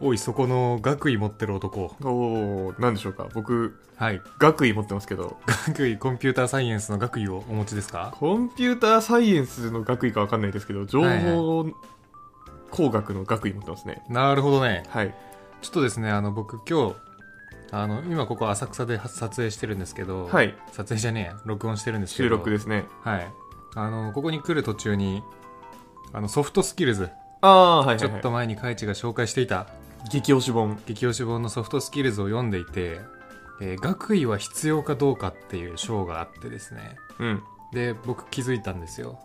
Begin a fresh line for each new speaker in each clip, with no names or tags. おいそこの学位持ってる男
おー、なんでしょうか。僕、
はい
学位持ってますけど、
学位コンピューターサイエンスの学位をお持ちですか
コンピューターサイエンスの学位かわかんないですけど、情報工学の学位持ってますね。
なるほどね
はい。
ちょっとですねあの僕今日あの今ここ浅草で撮影してるんですけど、
はい。
撮影じゃねえや録音してるんですけど
収録ですすね。
はいあのここに来る途中にあのソフトスキルズ
ああー、はいはい、はい。
ちょっと前にカイチが紹介していた
激推し本。
激推し本のソフトスキルズを読んでいて、えー学位は必要かどうかっていう章があってですね
うん。
で僕気づいたんですよ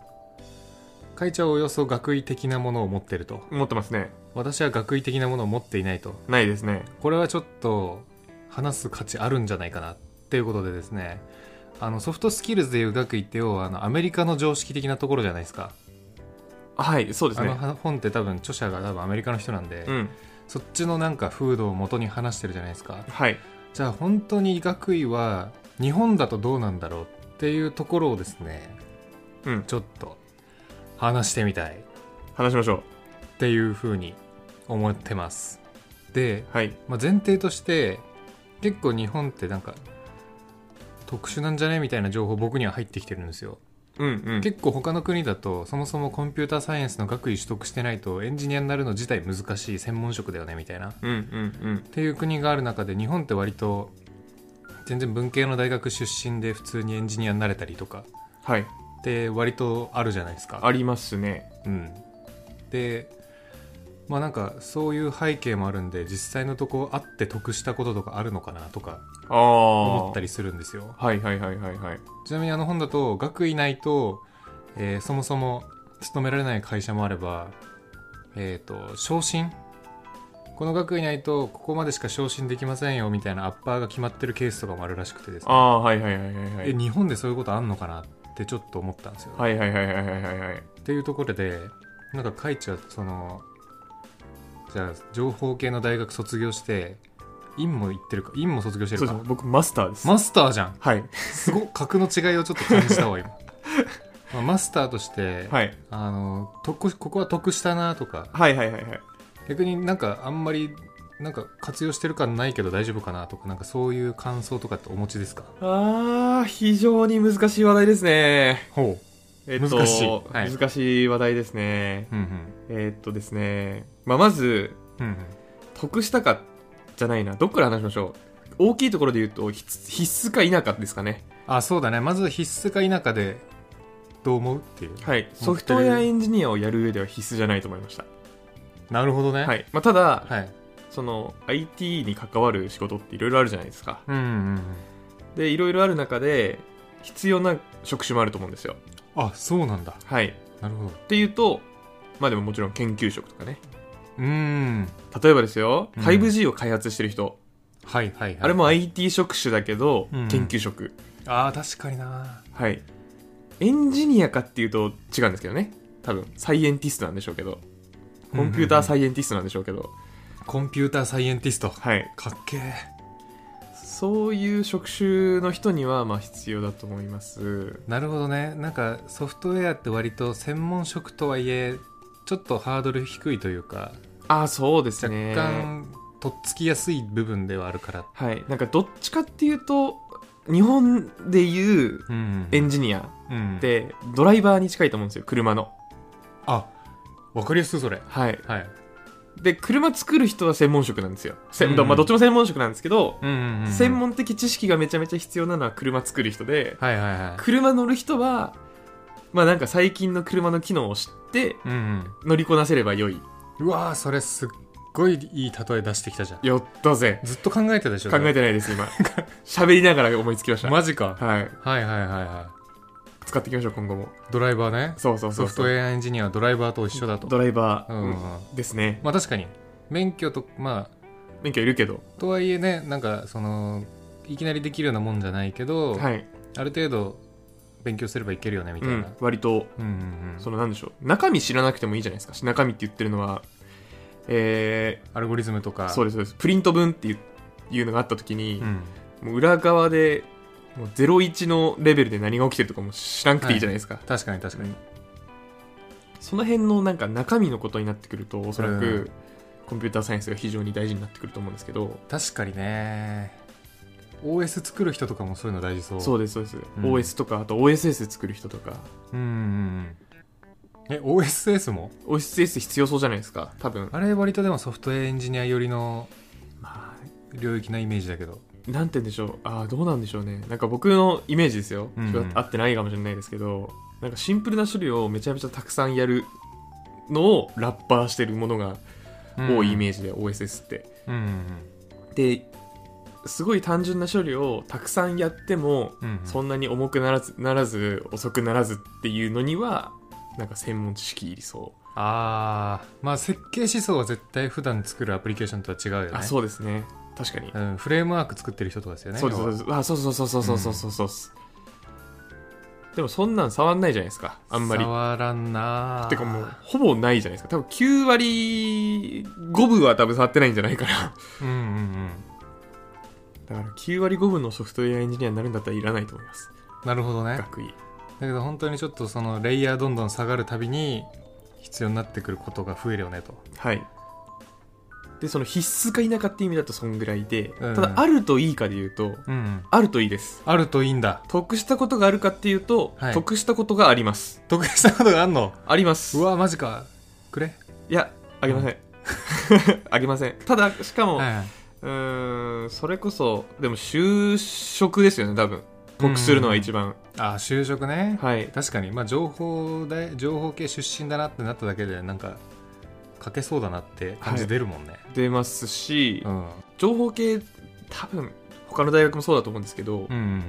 会長はおよそ学位的なものを持ってると
持ってますね。
私は学位的なものを持っていないと
ないですね。
これはちょっと話す価値あるんじゃないかなっていうことでですねあのソフトスキルズでいう学位って要はあのアメリカの常識的なところじゃないですか
はい、そうです
あの
ね。
は本って多分著者が多分アメリカの人なんで、
うん。
そっちのなんか風土を元に話してるじゃないですか
はい。
じゃあ本当に学位は日本だとどうなんだろうっていうところをですね
うん。
ちょっと話してみたい
話しましょ
っていうふうに思ってますで、
う。はい。
まあ、前提として結構日本ってなんか特殊なんじゃねみたいな情報僕には入ってきてるんですよ
うんうん。
結構他の国だとそもそもコンピューターサイエンスの学位取得してないとエンジニアになるの自体難しい専門職だよねみたいな
うんうん
っていう国がある中で日本って割と全然文系の大学出身で普通にエンジニアになれたりとか
うん。はい。
って割とあるじゃないですか。
ありますね。
うん、でまあなんかそういう背景もあるんで実際のとこあって得したこととかあるのかなとか
ああ。
思ったりするんですよ。
はいはいはいはいはい。
ちなみにあの本だと学位ないと、えーそもそも勤められない会社もあれば、えー、と昇進この学位ないとここまでしか昇進できませんよみたいなアッパーが決まってるケースとかもあるらしくてです
あ
ね
あ、はいはいはいはいは
え
い。
日本でそういうことあんのかなってちょっと思ったんですよ、
はいはいはいはいはいはいはい。
っていうところでなんかカイチはそのじゃあ情報系の大学卒業して院も行ってるか院も卒業して
そ
る
うです
か
ね。僕マスターです。
マスターじゃん
はい。
すごい格の違いをちょっと感じたわ今 まあマスターとして、
はい。
あの得ここは得したなとか
はいはいはいはい。
逆になんかあんまりなんか活用してる感ないけど大丈夫かなとかなんかそういう感想とかってお持ちですか
ああ、非常に難しい話題ですね。
ほ
え
難しいはい
難しい話題ですね。
ううん
えっとですね。まあ、まず、
うんうん
得したか、じゃないな。どっから話しましょう。大きいところで言うと、必必須か否かですかね。
あそうだねまず必須か否かでどう思うっていう
はい。ソフトウェアエンジニアをやる上では必須じゃないと思いました。
なるほどね
はい。まあ、ただ、
はい
その、IT に関わる仕事っていろいろあるじゃないですか。
うんうんうん
でいろいろある中で必要な職種もあると思うんですよ
あそうなんだ
はいっ
なるほど
ていうとまあでももちろん研究職とかね
うーん
例えばですよ、
うん
5G を開発してる人、
はいはいはい
あれも IT 職種だけど、
うん
研究職
あー確かにな
はいエンジニアかっていうと違うんですけどね多分サイエンティストなんでしょうけどコンピューターサイエンティストなんでしょうけど、
コンピューターサイエンティスト
はい
かっけえ
そういう職種の人にはまあ必要だと思います
なるほどねなんかソフトウェアって割と専門職とはいえちょっとハードル低いというか
ああそうです
若
ね
干とっつきやすい部分ではあるから
はいなんかどっちかっていうと日本でいう
うん
エンジニア
うん
ってドライバーに近いと思うんですよ車の
あわかりやすいそれ
はい
はい
で車作る人は専門職なんですよ、せ
うん
まあ、どっちも専門職なんですけど、
うんうんうんうん
専門的知識がめちゃめちゃ必要なのは車作る人で
はいはいは
車乗る人はまあなんか最近の車の機能を知って
いうんうん
乗りこなせればよいう
わーそれすっごいいい例え出してきたじゃん
やったぜ
ずっと考えてたでしょ
考え
て
てないで す今喋りながら思いつきました、
マジか
はい
はいはいはいは
使っていきましょう今後も
いドライバーね
そうそうそ
ソ
う
フト
そ
ウ
う
ェアエンジニアはドライバーと一緒だと
ドライバー、
うんうん
ですね
まあ確かに免許とまあ
免許いるけど
とはいえねなんかそのいきなりできるようなもんじゃないけど、
はい、
ある程度勉強すればいけるよねみ
う
たい
ん
な、、
割と
うんうんうん
そのなんでしょう中身知らなくてもいいじゃないですか中身って言ってるのはえ
アルゴリズムと
ー
か
そうですそうですプリント分っていういうのがあった時に
う、ん
もう裏側でもう01のレベルで何が起きてるとかも知らなくていいじゃないですか、
確かに確かに、
その辺のなんか中身のことになってくるとおそらく、
うん
コンピューターサイエンスが非常に大事になってくると思うんですけど
確かにね OS 作る人とかもそういうの大事そう
そう
う
ですそうです、
ん
OS とかあと OSS 作る人とか
うんうんうんえ OSS も
OSS 必要そうじゃないですか多分
あれ割とでもソフトウェアエンジニア寄りの
ま
領域なイメージだけど
あなんて言うんでしょうああどうなんでしょうねなんか僕のイメージですよ、
うんうん
ちょっと合ってないかもしれないですけどなんかシンプルな処理をめちゃめちゃたくさんやるのをラッパーしてるものが多いイメ
ージ
ージで、OSS って
うん
ですごい単純な処理をたくさんやっても、
うんうん
そんなに重くならずならず遅くならずっていうのにはなんか専門知識いりそ
ああまあ設計思想は絶対普段作るアプリケーションとは違うよね
うあそうですね確かに、
うん、フレームワーク作ってる人とかですよね
そうですそうですあそうそうそうそうそうそうそうそうですでもそんなん触んないじゃないですかあんまり
触らんな
てかもうほぼないじゃないですか多分9割5分は多分触ってないんじゃないかな
うんうんうん
だから9割5分のソフトウェアエンジニアになるんだったらいらないと思います
なるほどね
学位
だけど本当にちょっとそのレイヤーどんどん下がるたびに必要になってくることが増えるよねと
はいでその必須か否かっていう意味だとそんぐらいで、
うん
ただあるといいかで言うと
うんうん
あるといいです
あるといいんだ
得したことがあるかっていうと、
はい
得したことがあります
得したことがあんの
あります
うわマジかくれ
いやあげません あげませんただしかも、
は
うーんそれこそでも就職ですよね多分得するのは一番、
いあ就職ね、
はい
確かにまあ情報大情報系出身だなってなっただけでなんか書けそうだなって感じ出るもんね、
出ますし、
うん
情報系多分他の大学もそうだと思うんですけど、
うんうん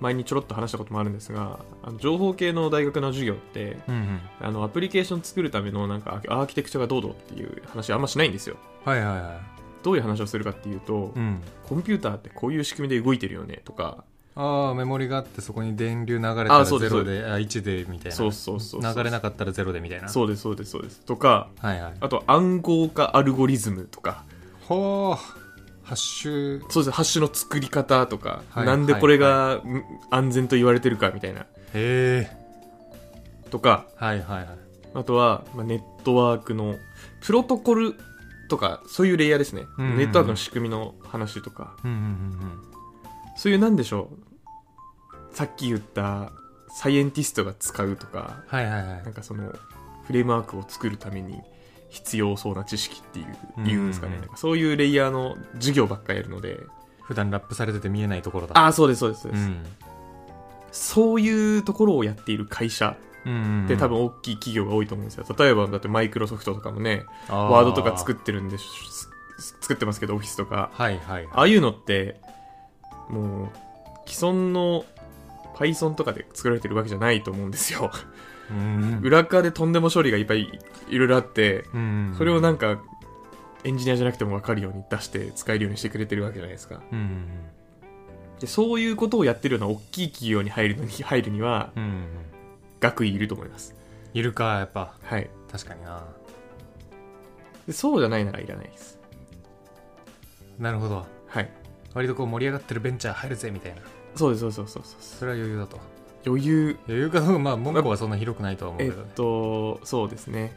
前にちょろっと話したこともあるんですがあの情報系の大学の授業って
うんうんうん
あのアプリケーション作るためのなんかアーキテクチャがどうどうっていう話あんましないんですよ
はいはいは
どういう話をするかっていうと、
いうん
コンピューターってこういう仕組みで動いてるよねとか
ああメモリがあってそこに電流流れたら
あそうです
0であ1でみたいな
そうそうそうそう
流れなかったら0でみたいな
そうですそうですそうですとか
はいはい
あと暗号化アルゴリズムとか
ほうハッシュ
そうですハッシュの作り方とか、
はい
なんでこれが、ん安全と言われてるかみたいな
へえ
とか
はいはいはい
あとは、まあ、ネットワークのプロトコルとかそういうレイヤーですね、
うんうんうん
ネットワークの仕組みの話とか
うんうんうん
そういうなんでしょうさっき言ったサイエンティストが使うとか
はいはいはい
なんかそのフレームワークを作るために必要そうな知識っていう
うんうん
言うんですかね、なんかそういうレイヤーの授業ばっかやるので
普段ラップされてて見えないところだ
ああそうですそうですそう
う
です、
ん
そういうところをやっている会社
うんうんうん
って多分大きい企業が多いと思うんですよ例えばだってマイクロソフトとかもねワ
ワ
ードとか作ってるんでしす作ってますけどオフィスとか
はいはい
あ
はい
あいうのってもう既存の Python とかで作られてるわけじゃないと思うんですよ
うん
裏側でとんでも処理がいっぱいいろいろあって
うん
それをなんんかエンジニアじゃなくても分かるように出して使えるようにしてくれてるわけじゃないですか
うん
でそういうことをやってるような大きい企業に入るのに 入るには
うんうんうん
学位いると思います
いるかやっぱ
はい
確かにな
でそうじゃないならいらないです
なるほど
はい
割とこう盛り上がってるベンチャー入るぜみたいな
そうですそうそうそうそう
それは余裕だと
余裕
余裕かどうかまあ門戸はそんな広くないとは思う
え
け
っ
どね
とそうですね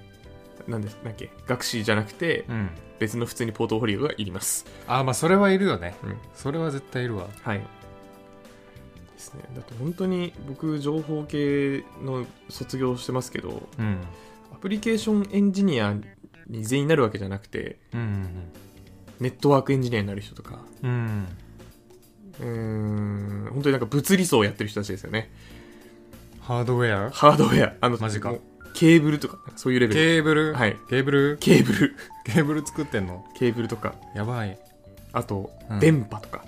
なんですなんだっけ学士じゃなくて
うん
別の普通にポートフォリオがいります
あーまあそれはいるよね、
うん
それは絶対いるわ
はいですねだって本当に僕情報系の卒業してますけど
うん
アプリケーションエンジニアに全員なるわけじゃなくて
うん
ネットワークエンジニアになる人とか
うんうん
うーん本当になんか物理層やってる人たちですよね
ハードウェア
ハードウェアあの
マジか
もうケーブルとかそういうレベル
ケーブル、
はい
ケーブル
ケーブル
ケーブル作ってんの
ケーブルとか
やばい、
あと、
うん
電波とか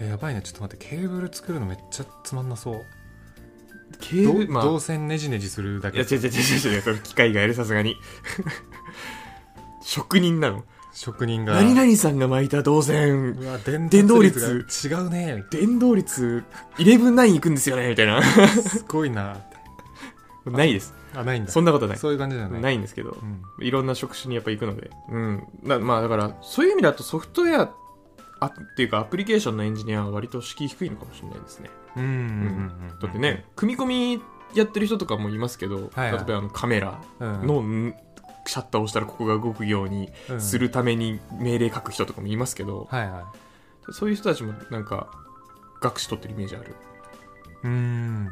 えやばいねちょっと待ってケーブル作るのめっちゃつまんなそう
ケ
ど
ー
う
ブル、まあ
導線ねじねじするだ
いや
け
違う違う違う違うそれ機械がやるさすがに 職人なの
職人が
何々さんが巻いた銅線
うわ伝
伝
導
導
率
率
が違うね
電動率119いくんですよねみたいな
すごいな
ないです
あないんだ
そんなことはない
そういう感じじゃない
ないんですけど
うん
いろんな職種にやっぱ行くのでうんなまあだからそういう意味だとソフトウェアあっていうかアプリケーションのエンジニアは割と敷居低いのかもしれないですね
うんうんうんうん
だってね組み込みやってる人とかもいますけど、
はいはい
例えばあのカメラ
うん
の、シャッターを押したらここが動くように
うん
するために命令書く人とかもいますけど、
はいはい
そういう人たちもなんか学士取ってるイメージある
うーん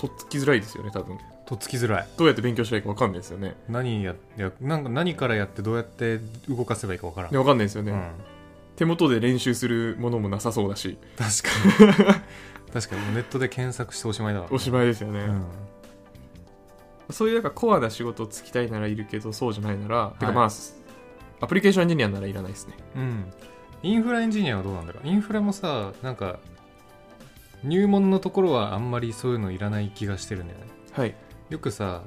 とっつきづらいですよね多分
とっつきづらい
どうやって勉強したらいいか分かんないですよね
何ややなんか何からやってどうやって動かせばいいかわからん、
で分かんないですよね、
うん
手元で練習するものもなさそうだし
確か に確かにもうネットで検索しておしまいだわ
おしまいですよね、
うん
そういうなんかコアな仕事をつきたいならいるけどそうじゃないなら、
い
てかまあアプリケーションエンジニアならいらないですね
うんインフラエンジニアはどうなんだろうインフラもさなんか入門のところはあんまりそういうのいらない気がしてるんだよね
はい
よくさ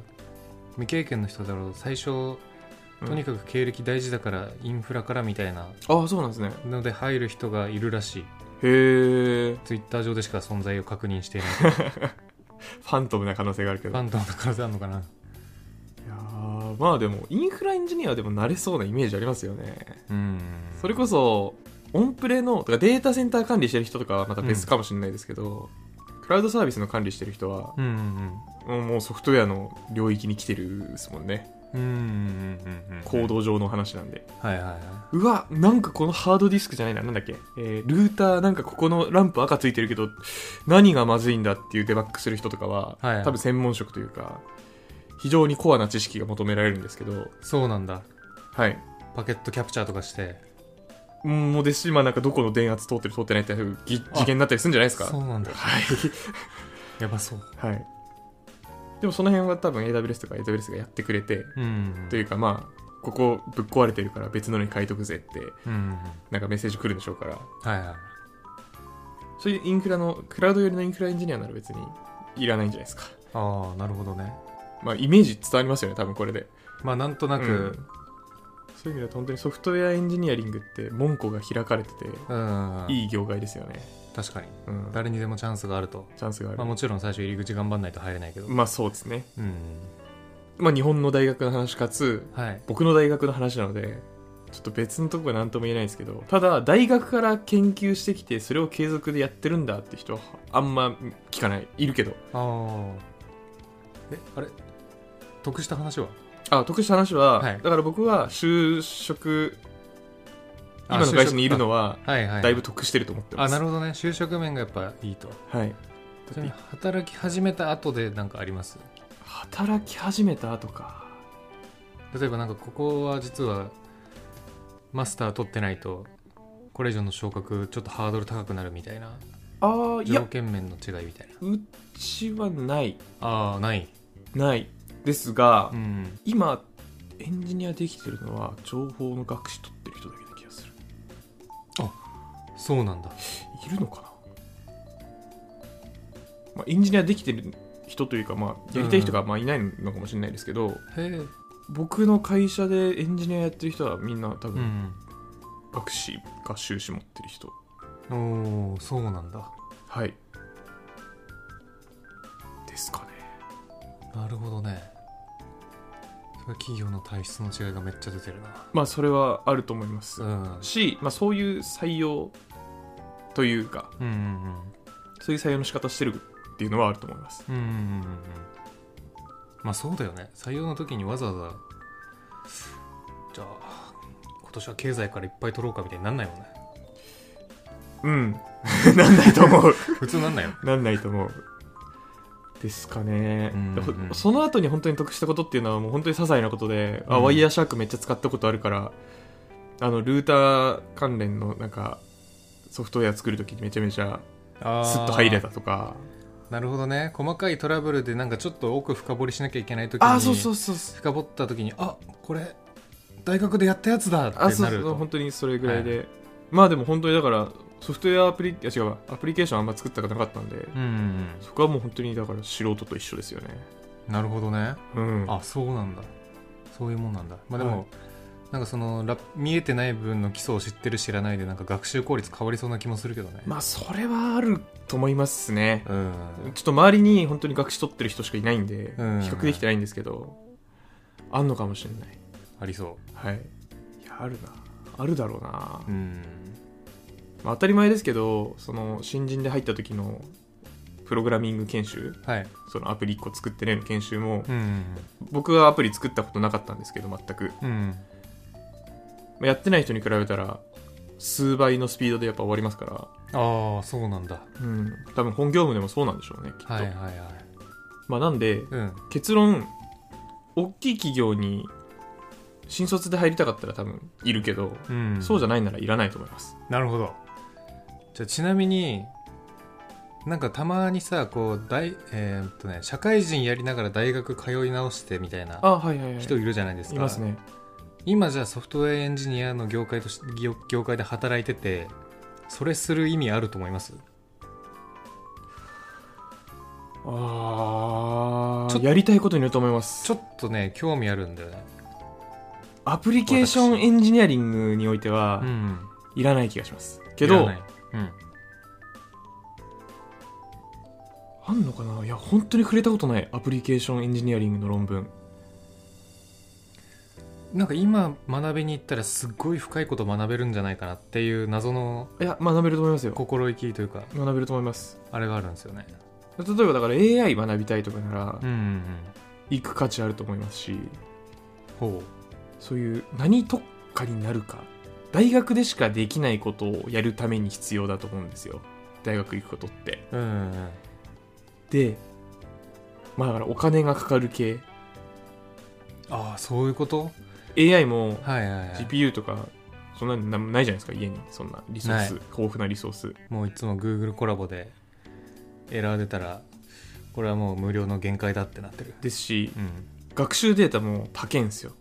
未経験の人だろう最初
うん
とにかく経歴大事だからインフラからみたいな
ああそうなんですね
ので入る人がいるらしい
へえ
ツイッター上でしか存在を確認して いない
ファントムな可能性があるけ
フ
ど
ァントムの可能性あるのかない
やーまあでもインフラエンジニアでもなれそうなイメージありますよね
うん
それこそオンプレのとかデータセンター管理してる人とかはまた別かもしれないですけど、クラウドサービスの管理してる人は
うんうん
もうもうソフトウェアの領域に来てるですもんね
うんうんうんうんうん
行動上の話なんで、
はいはいは
うわなんかこのハードディスクじゃないななんだっけ、えールーターなんかここのランプ赤ついてるけど何がまずいんだっていうデバッグする人とかは、
はい
多分専門職というか非常にコアな知識が求められるんですけど
いそうなんだ
はい
パケットキャプチャーとかして
うんもうですし、まあなんかどこの電圧通ってる通ってないっていうぎ次元になったりするんじゃないですか。
そうなんだ
はい。
やばそう
はい。でもその辺は多分 AWS とか AWS がやってくれて、
うん
というかまあ、ここぶっ壊れてるから別のに変えとくぜって、
うんうん
なんかメッセージ来るんでしょうから、
はいはい
そういうインフラの、クラウド寄りのインフラエンジニアなら別にいらないんじゃないですか。
ああなるほどね
まあイメージ伝わりますよね、多分これで。
まあなんとなく
そういう意味では本当にソフトウェアエンジニアリングって門戸が開かれてて、
うん、
いい業界ですよね。
確かに
うん。
誰にでもチャンスがあると、
チャンスがあ
まあ、
る。
もちろん最初入り口頑張んないと入れないけど
まあそうですね。
うん
まあ日本の大学の話かつ、
はい
僕の大学の話なのでちょっと別のとこは何とも言えないんですけどただ大学から研究してきてそれを継続でやってるんだって人はあんま聞かないいるけど
ああえあれ得した話は
あ得した話は、
はい
だから僕は就職今の会社にいるのは
はいはい
だいぶ得してると思ってま
あ
す
なるほどね就職面がやっぱいいと
はい
ちなみに働き始めた後で何かあります
働き始めた後か
例えばなんかここは実はマスター取ってないとこれ以上の昇格ちょっとハードル高くなるみたいな
ああい
条
や
件面の違いみたいな
うちはない
ああない
ないですが、
うん
今エンジニアできてるのは情報の学士取ってる人だけな気がする
そうなんだ
いるのかな、まあ、エンジニアできてる人というか、まあ、やりたい人がまあいないのかもしれないですけど、
へえ
僕の会社でエンジニアやってる人はみんな多
う
分
ん
学士か修士持ってる人
おおそうなんだ
はいですかね
なるほどねそれは企業の体質の違いがめっちゃ出てるな
まあそれはあると思います、
うん
し、まあ、そういう採用というか
うんうん
そういう採用の仕方してるっていうのはあると思います
うんうんうんうんうんまあそうだよね採用の時にわざわざじゃあ今年は経済からいっぱい取ろうかみたいになんないもんね
うん なんないと思う
普通なんない よ
なんないと思うですかね、
うん
でほ
うん
その後に本当に得したことっていうのはもう本当に些細なことで、あ
うん
ワイヤーシャークめっちゃ使ったことあるからあのルーター関連のなんかソフトウェア作るときにめちゃめちゃスッと入れたとか
なるほどね細かいトラブルでなんかちょっと奥深掘りしなきゃいけない時に
ああそうそうそうそう
深掘った時にあこれ大学でやったやつだって
あそ
な
う
る
そう本
と
当にそれぐらいで、まあでも本当にだからソフトウェアアプリいや違うわアプリケーションあんま作ったことなかったんで、
うんうん
そこはもう本当にだから素人と一緒ですよね
うんなるほどね
うん
あそうなんだそういうもんなんだまあでも、
はい
なんかそのラ見えてない分の基礎を知ってる知らないでなんか学習効率変わりそうな気もするけどね、
まあそれはあると思いますね
うん
ちょっと周りに本当に学士取ってる人しかいないんで、
うん
比較できてないんですけど、あんのかもしれない。
ありそ
はい。いや、あるな。あるだろうな。
ううん
まあ、当たり前ですけど、その新人で入った時のプログラミング研修
はい。
そのアプリ1個作ってねの研修も
うん。
僕はアプリ作ったことなかったんですけど全く
うん。
まあやってない人に比べたら数倍のスピードでやっぱ終わりますから、
ああ、そうなんだ。
うん、多分本業務でもそうなんでしょうねきっと、
はいはいはい。
まあ、なんで
うん。
結論大きい企業に新卒で入りたかったら多分いるけど、
うん。
そうじゃないならいらないと思います
なるほど。じゃあちなみに、なんかたまにさ、こう、大、えーっとね、社会人やりながら大学通い直してみたいな
あはいはいはい
人いるじゃないですか。
いますね
今じゃあソフトウェアエンジニアの業界とし業業界で働いてて、それする意味あると思います
あ
ちょ
あやりたいことによると思います
ちょっとね、興味あるんだよね。
アプリケーションエンジニアリングにおいては
うん。
いらない気がしますけ
いら
ど
ないうん。
あんのかないや本当に触れたことないアプリケーションエンジニアリングの論文
なんか今学びに行ったらすっごい深いこと学べるんじゃないかなっていう謎の
いや学べると思いますよ
心意気というか
学べると思います
あれがあるんですよね
例えばだから AI 学びたいとかなら
うんうんうん
行く価値あると思いますし
ほ
そういう何特化になるか大学でしかできないことをやるために必要だと思うんですよ大学行くことって
ううんうんうん
でまあだからお金がかかる系
ああそういうこと
AI も
はいはい、はい、
GPU とかそんなのないじゃないですか家にそんなリソース
な
豊富なリソース
もういつも Google コラボでエラー出たらこれはもう無料の限界だってなってる
ですし
うん
学習データも高いんですよ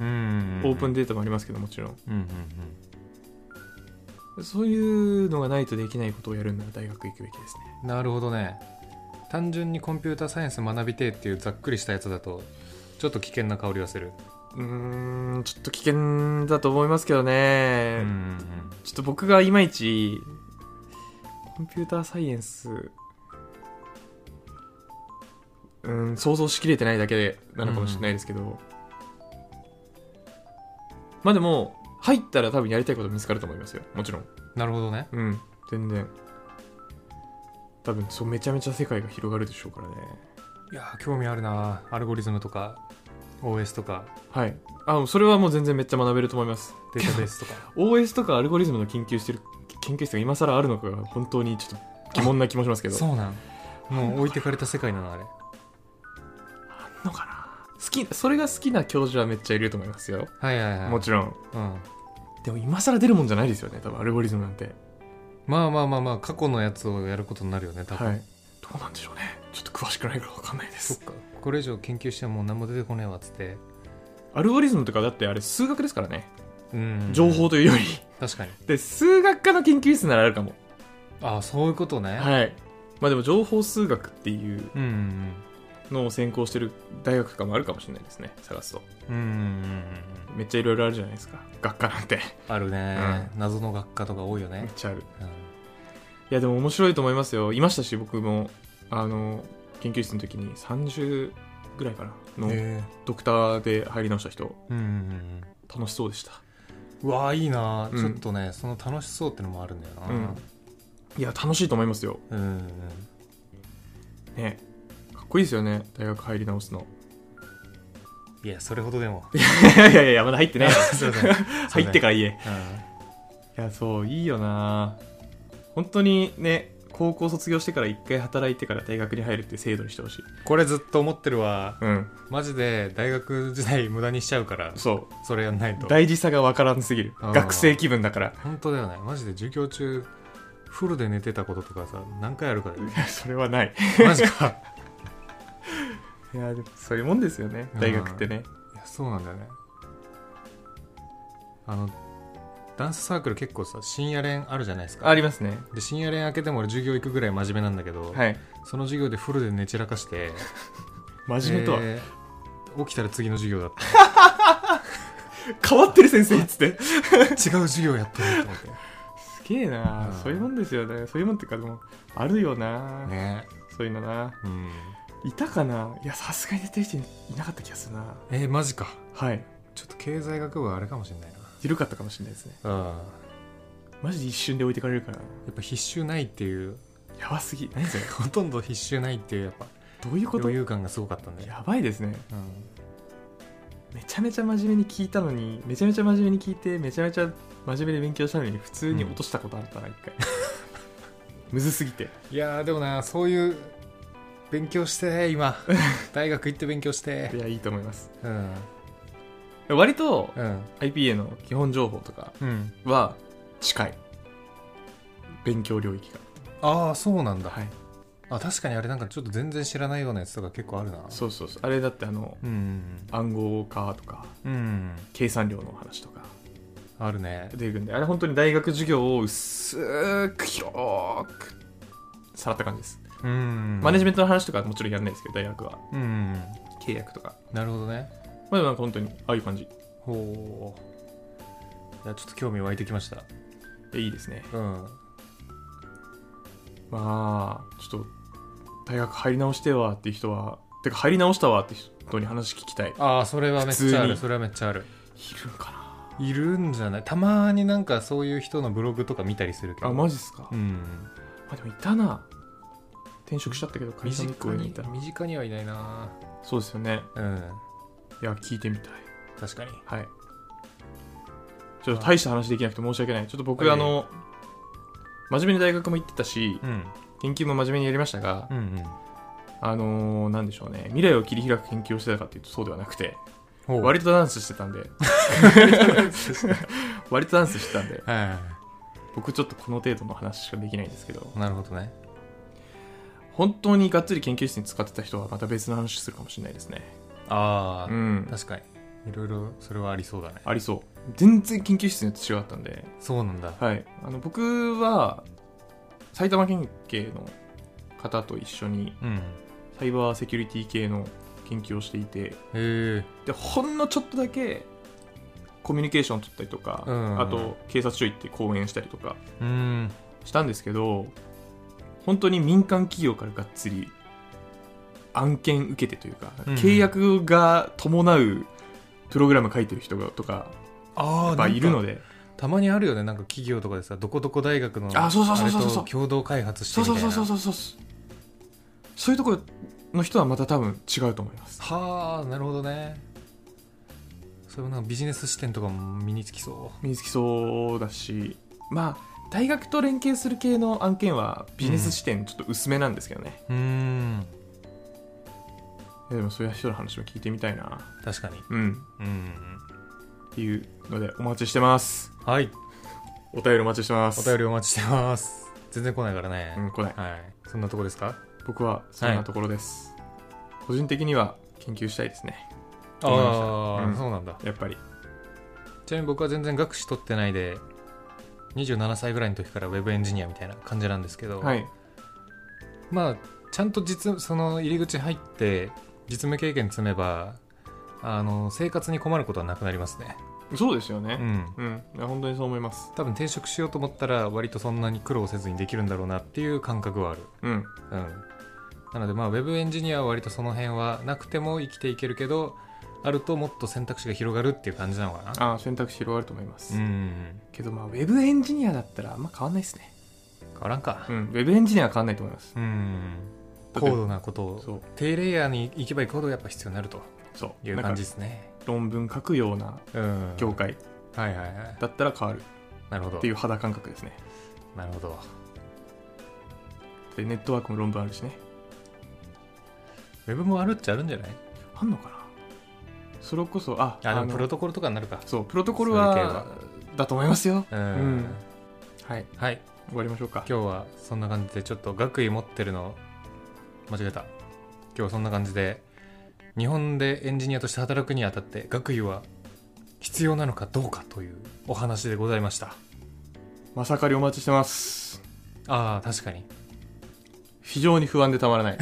うんうんうん
オープンデータもありますけどもちろん
うんうんうん
そういうのがないとできないことをやるんなら大学行くべきですね
なるほどね単純にコンピューターサイエンス学びてえっていうざっくりしたやつだとちょっと危険な香りがする
うーんちょっと危険だと思いますけどね
う、んうんうん
ちょっと僕がいまいちコンピューターサイエンスうん想像しきれてないだけなのかもしれないですけど、まあでも入ったら多分やりたいこと見つかると思いますよもちろん
なるほどね
うん全然多分そうめちゃめちゃ世界が広がるでしょうからね
いやー興味あるなアルゴリズムとか OS とか
はいあそれはもう全然めっちゃ学べると思います
データベース とか
OS とかアルゴリズムの研究してる研究室が今更あるのかが本当にちょっと疑問な気もしますけど
そうなんもう置いてかれた世界なのあれ
のかな好きそれが好きな教授はめっちゃいると思いますよ
はいはいはい
もちろん
うん、
でも今更出るもんじゃないですよね多分アルゴリズムなんて
まあまあまあまあ過去のやつをやることになるよね多分、
はいどうなんでしょうねちょっと詳しくないから分かんないで
そっ
す
かこれ以上研究してももう何も出てこねえわっつって
アルゴリズムとかだってあれ数学ですからね
うん
情報というより、
確かに
で数学科の研究室ならあるかも
ああそういうことね、
はいまあでも情報数学っていう
うんうん
のを専攻してる大学とかもあるかもしれないですね探すと
うんうんうんうん
めっちゃいろいろあるじゃないですか学科なんて
あるね、謎の学科とか多いよ
めっ
ね、
ちゃある
うん、
いやでも面白いと思いますよいましたし僕もあの研究室の時に30ぐらいかなの
え
ドクターで入り直した人
うんうんうん
楽しそうでした
うわーいいな、
うん
ちょっとねその楽しそうってのもあるんだよな、
うんいや楽しいと思いますよ
うんうん
ねかっこいいですよね大学入り直すの
いやそれほどでも
いやいやいやまだ入って ない
すいません
入ってから言え
う
いやそういいよな本当にね高校卒業してから一回働いてから大学に入るって制度にしてほしい
んこれずっと思ってるわ
うん
マジで大学時代無駄にしちゃうから
そう
それやんないと
大事さが分からんすぎる
あー
学生気分だから
本当だよねマジで授業中フルで寝てたこととかさ何回あるから ね
いや それはない
マジか
いやでもそういうもんですよね
うん
大学ってね
いやそうなんだよねあのダンスサークル結構さ深夜練あるじゃないですか
ありますね
で深夜練明けても俺授業行くぐらい真面目なんだけど、
はい
その授業でフルで寝散らかして
真面目とは、
えー起きたら次の授業だっ
変わってる先生っつってす
た違う授業やってると思っ
げえな、
うん
そういうもんですよねそういうもんっていうかでもあるよな、
てね
そういうのな
うん
いたかないやさすがに出てる人いなかった気がするな
えーマジか
はい
ちょっと経済学部はあれかもしれないな
緩かったかもしれないですね
うんや
マジで一瞬で置いてかれるから
っぱ必修ないっていう
やばすぎ何それ
ほとんど必修ないっていうやっぱ
どういうこと
余裕感がすごかったんで、
やばいですね
うん、
めちゃめちゃ真面目に聞いたのにめちゃめちゃ真面目に聞いてめちゃめちゃ真面目に勉強したのに普通に落としたことあったな一回、 むずすぎて
いやーでもなそういう勉強して 今大学行って勉強して
いやいいと思います
うん
割と
うん
IPA の基本情報とか
うん
は近い勉強領域が
ああそうなんだ、
はい
あ確かにあれなんかちょっと全然知らないようなやつとか結構あるな
そうそうそうあれだってあの
うん
暗号化とか
うんうん
計算量の話とか
あるね
出てくるんであれ本当に大学授業を薄く広くさらった感じです、
うん
マネジメントの話とかはもちろんやんないですけど大学は
うんうん
契約とか
なるほどね
まあでもなんか本当にああいう感じい
ほういやちょっと興味湧いてきました
やいいですね
うん
まあちょっと大学入り直してわっていう人はてか入り直したわって人に話聞きたい
ああそれはめっちゃあ
普通
る
に
それはめっちゃある
いるんかない
るんじゃないたまになんかそういう人のブログとか見たりするけど
あマジっすか、
うん
あでもいたな転職しちゃったけど
身
会社の
近
声に
に
いた
身近にはいないな
そうですよね
うん
いや聞いてみたい
確かに
はいちょっと大した話できなくて申し訳ないちょっと僕、
はい
あの真面目に大学も行ってたし
うん
研究も真面目にやりましたが、
うんうん
あのー、なんでしょうね未来を切り開く研究をしてたかっていうとそうではなくて
ほう
割とダンスしてたん で割とダンスしてたんで
は
僕ちょっとこの程度の話しかできないんですけど
いなるほどね
本当にがっつり研究室に使ってた人はまた別の話するかもしれないですね
ああ、
うん
確かにいろいろそれはありそうだね
ありそう全然研究室によって違ったんで
そうなんだ
はい、あの僕は埼玉県警の方と一緒に
うんへ
サイバーセキュリティ系の研究をしていて
え
でほんのちょっとだけコミュニケーションを取ったりとか、
うん
あと警察署行って講演したりとか
うん
したんですけど本当に民間企業からがっつり案件受けてというか、
うん
契約が伴うプログラム書いてる人がとか
あ
やっ
あ
ぱいるの
で
で
たまにあるよねなんか企業とかでさどこどこ大学の
あそうそうそうそうそう
あれと共同開発して
そう
みたい
そ
うな
そうそうそうそうそういうところの人はまた多分違うと思います
はあなるほどねそれもなんかビジネス視点とかも身につきそ
身につきそうだしまあ大学と連携する系の案件はビジネス視点ちょっと薄めなんですけどね、
ううん
いやでもそういう人の話も聞いてみたいな
確かに
うん
うん
っていうのでお待ちしてます
はい
お便りお待ちしてます
お便りお待ちしてます全然来ないからね、
うん来ない
はいそんなとこですか
僕はそんなところです、個人的には研究したいですね
あ
思いました
あー、
うん
そうなんだ
やっぱり
ちなみに僕は全然学士取ってないで27歳ぐらいの時からウェブエンジニアみたいな感じなんですけど、
はい
まあちゃんと実その入り口入って実務経験積めばあの生活に困ることはなくなりますね
そうですよ
う
ね
ん
うん、いや本当にそう思います
多分転職しようと思ったら割とそんなに苦労せずにできるんだろうなっていう感覚はある
うん
うんなのでまあウェブエンジニアは割とその辺はなくても生きていけるけどあるともっと選択肢が広がるっていう感じなのかな
ああ選択肢広がると思います、
うん
けどまあウェブエンジニアだったらあんま変わんないですね
変わらんか
うんウェブエンジニアは変わんないと思います
うん
だって
高度なことを
そう
低レイヤーに行けば行くほどやっぱ必要になると
そう
いう感じ
なんか
ですね。
論文書くような
うん。
業界
はいはいはい。
だったら変わるっ
なるほど。
ていう肌感覚ですね
なるほど。
でネットワークも論文あるしね
ウェブもあるっちゃあるんじゃない
あんのかなそれこそあ
あ、でも
の
プロトコルとかになるか。
そうプロトコル
そういう系
は
は
だと思いますよ
う
うん
ん。
はい
はい。
終わりましょうか
今日はそんな感じで、ちょっと学位持ってるの、間違えた。今日はそんな感じで、日本でエンジニアとして働くにあたって、学位は必要なのかどうかというお話でございました。
まさかりお待ちしてます
ああ、確かに。
非常に不安でたまらない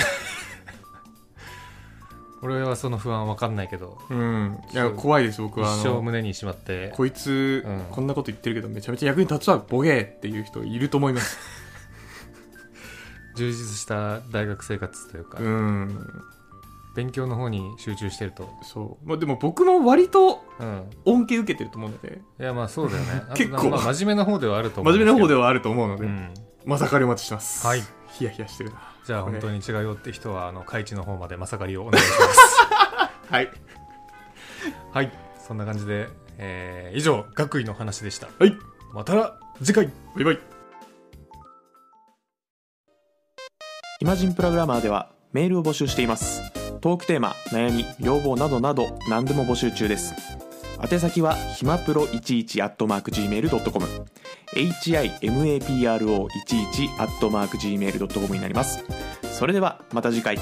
俺はその不安わかんないけど、
うんいや
そう
怖いです僕
一
はあ
生
の
胸にしまって、
こいつ、
うん
こんなこと言ってるけどめちゃめちゃ役に立つわボケーっていう人いると思います
充実した大学生活というか、
うん
勉強の方に集中してると、
そう、まあ、でも僕も割と
うん、
恩恵受けてると思うので
いやまあそう だよね
結構
あとまあ真面目な方ではあると思
真
う
面目な方で
は
はあると思うの
う
で、
ん
まさかりお待ちしてます
はい
ヒヤヒヤしてるな
じゃあ
これ
本当に違うよって人はあの開地の方までまさかりをお願いします
はい
はい、そんな感じで、えー以上、学位の話でした。
はい
また次回
バイバイ
イマジンプログラマーではメールを募集していますトークテーマ悩み要望などなど何でも募集中です宛先はひまプロ11 at mark gmail.com himapro11 at mark gmail.com になりますそれではまた次回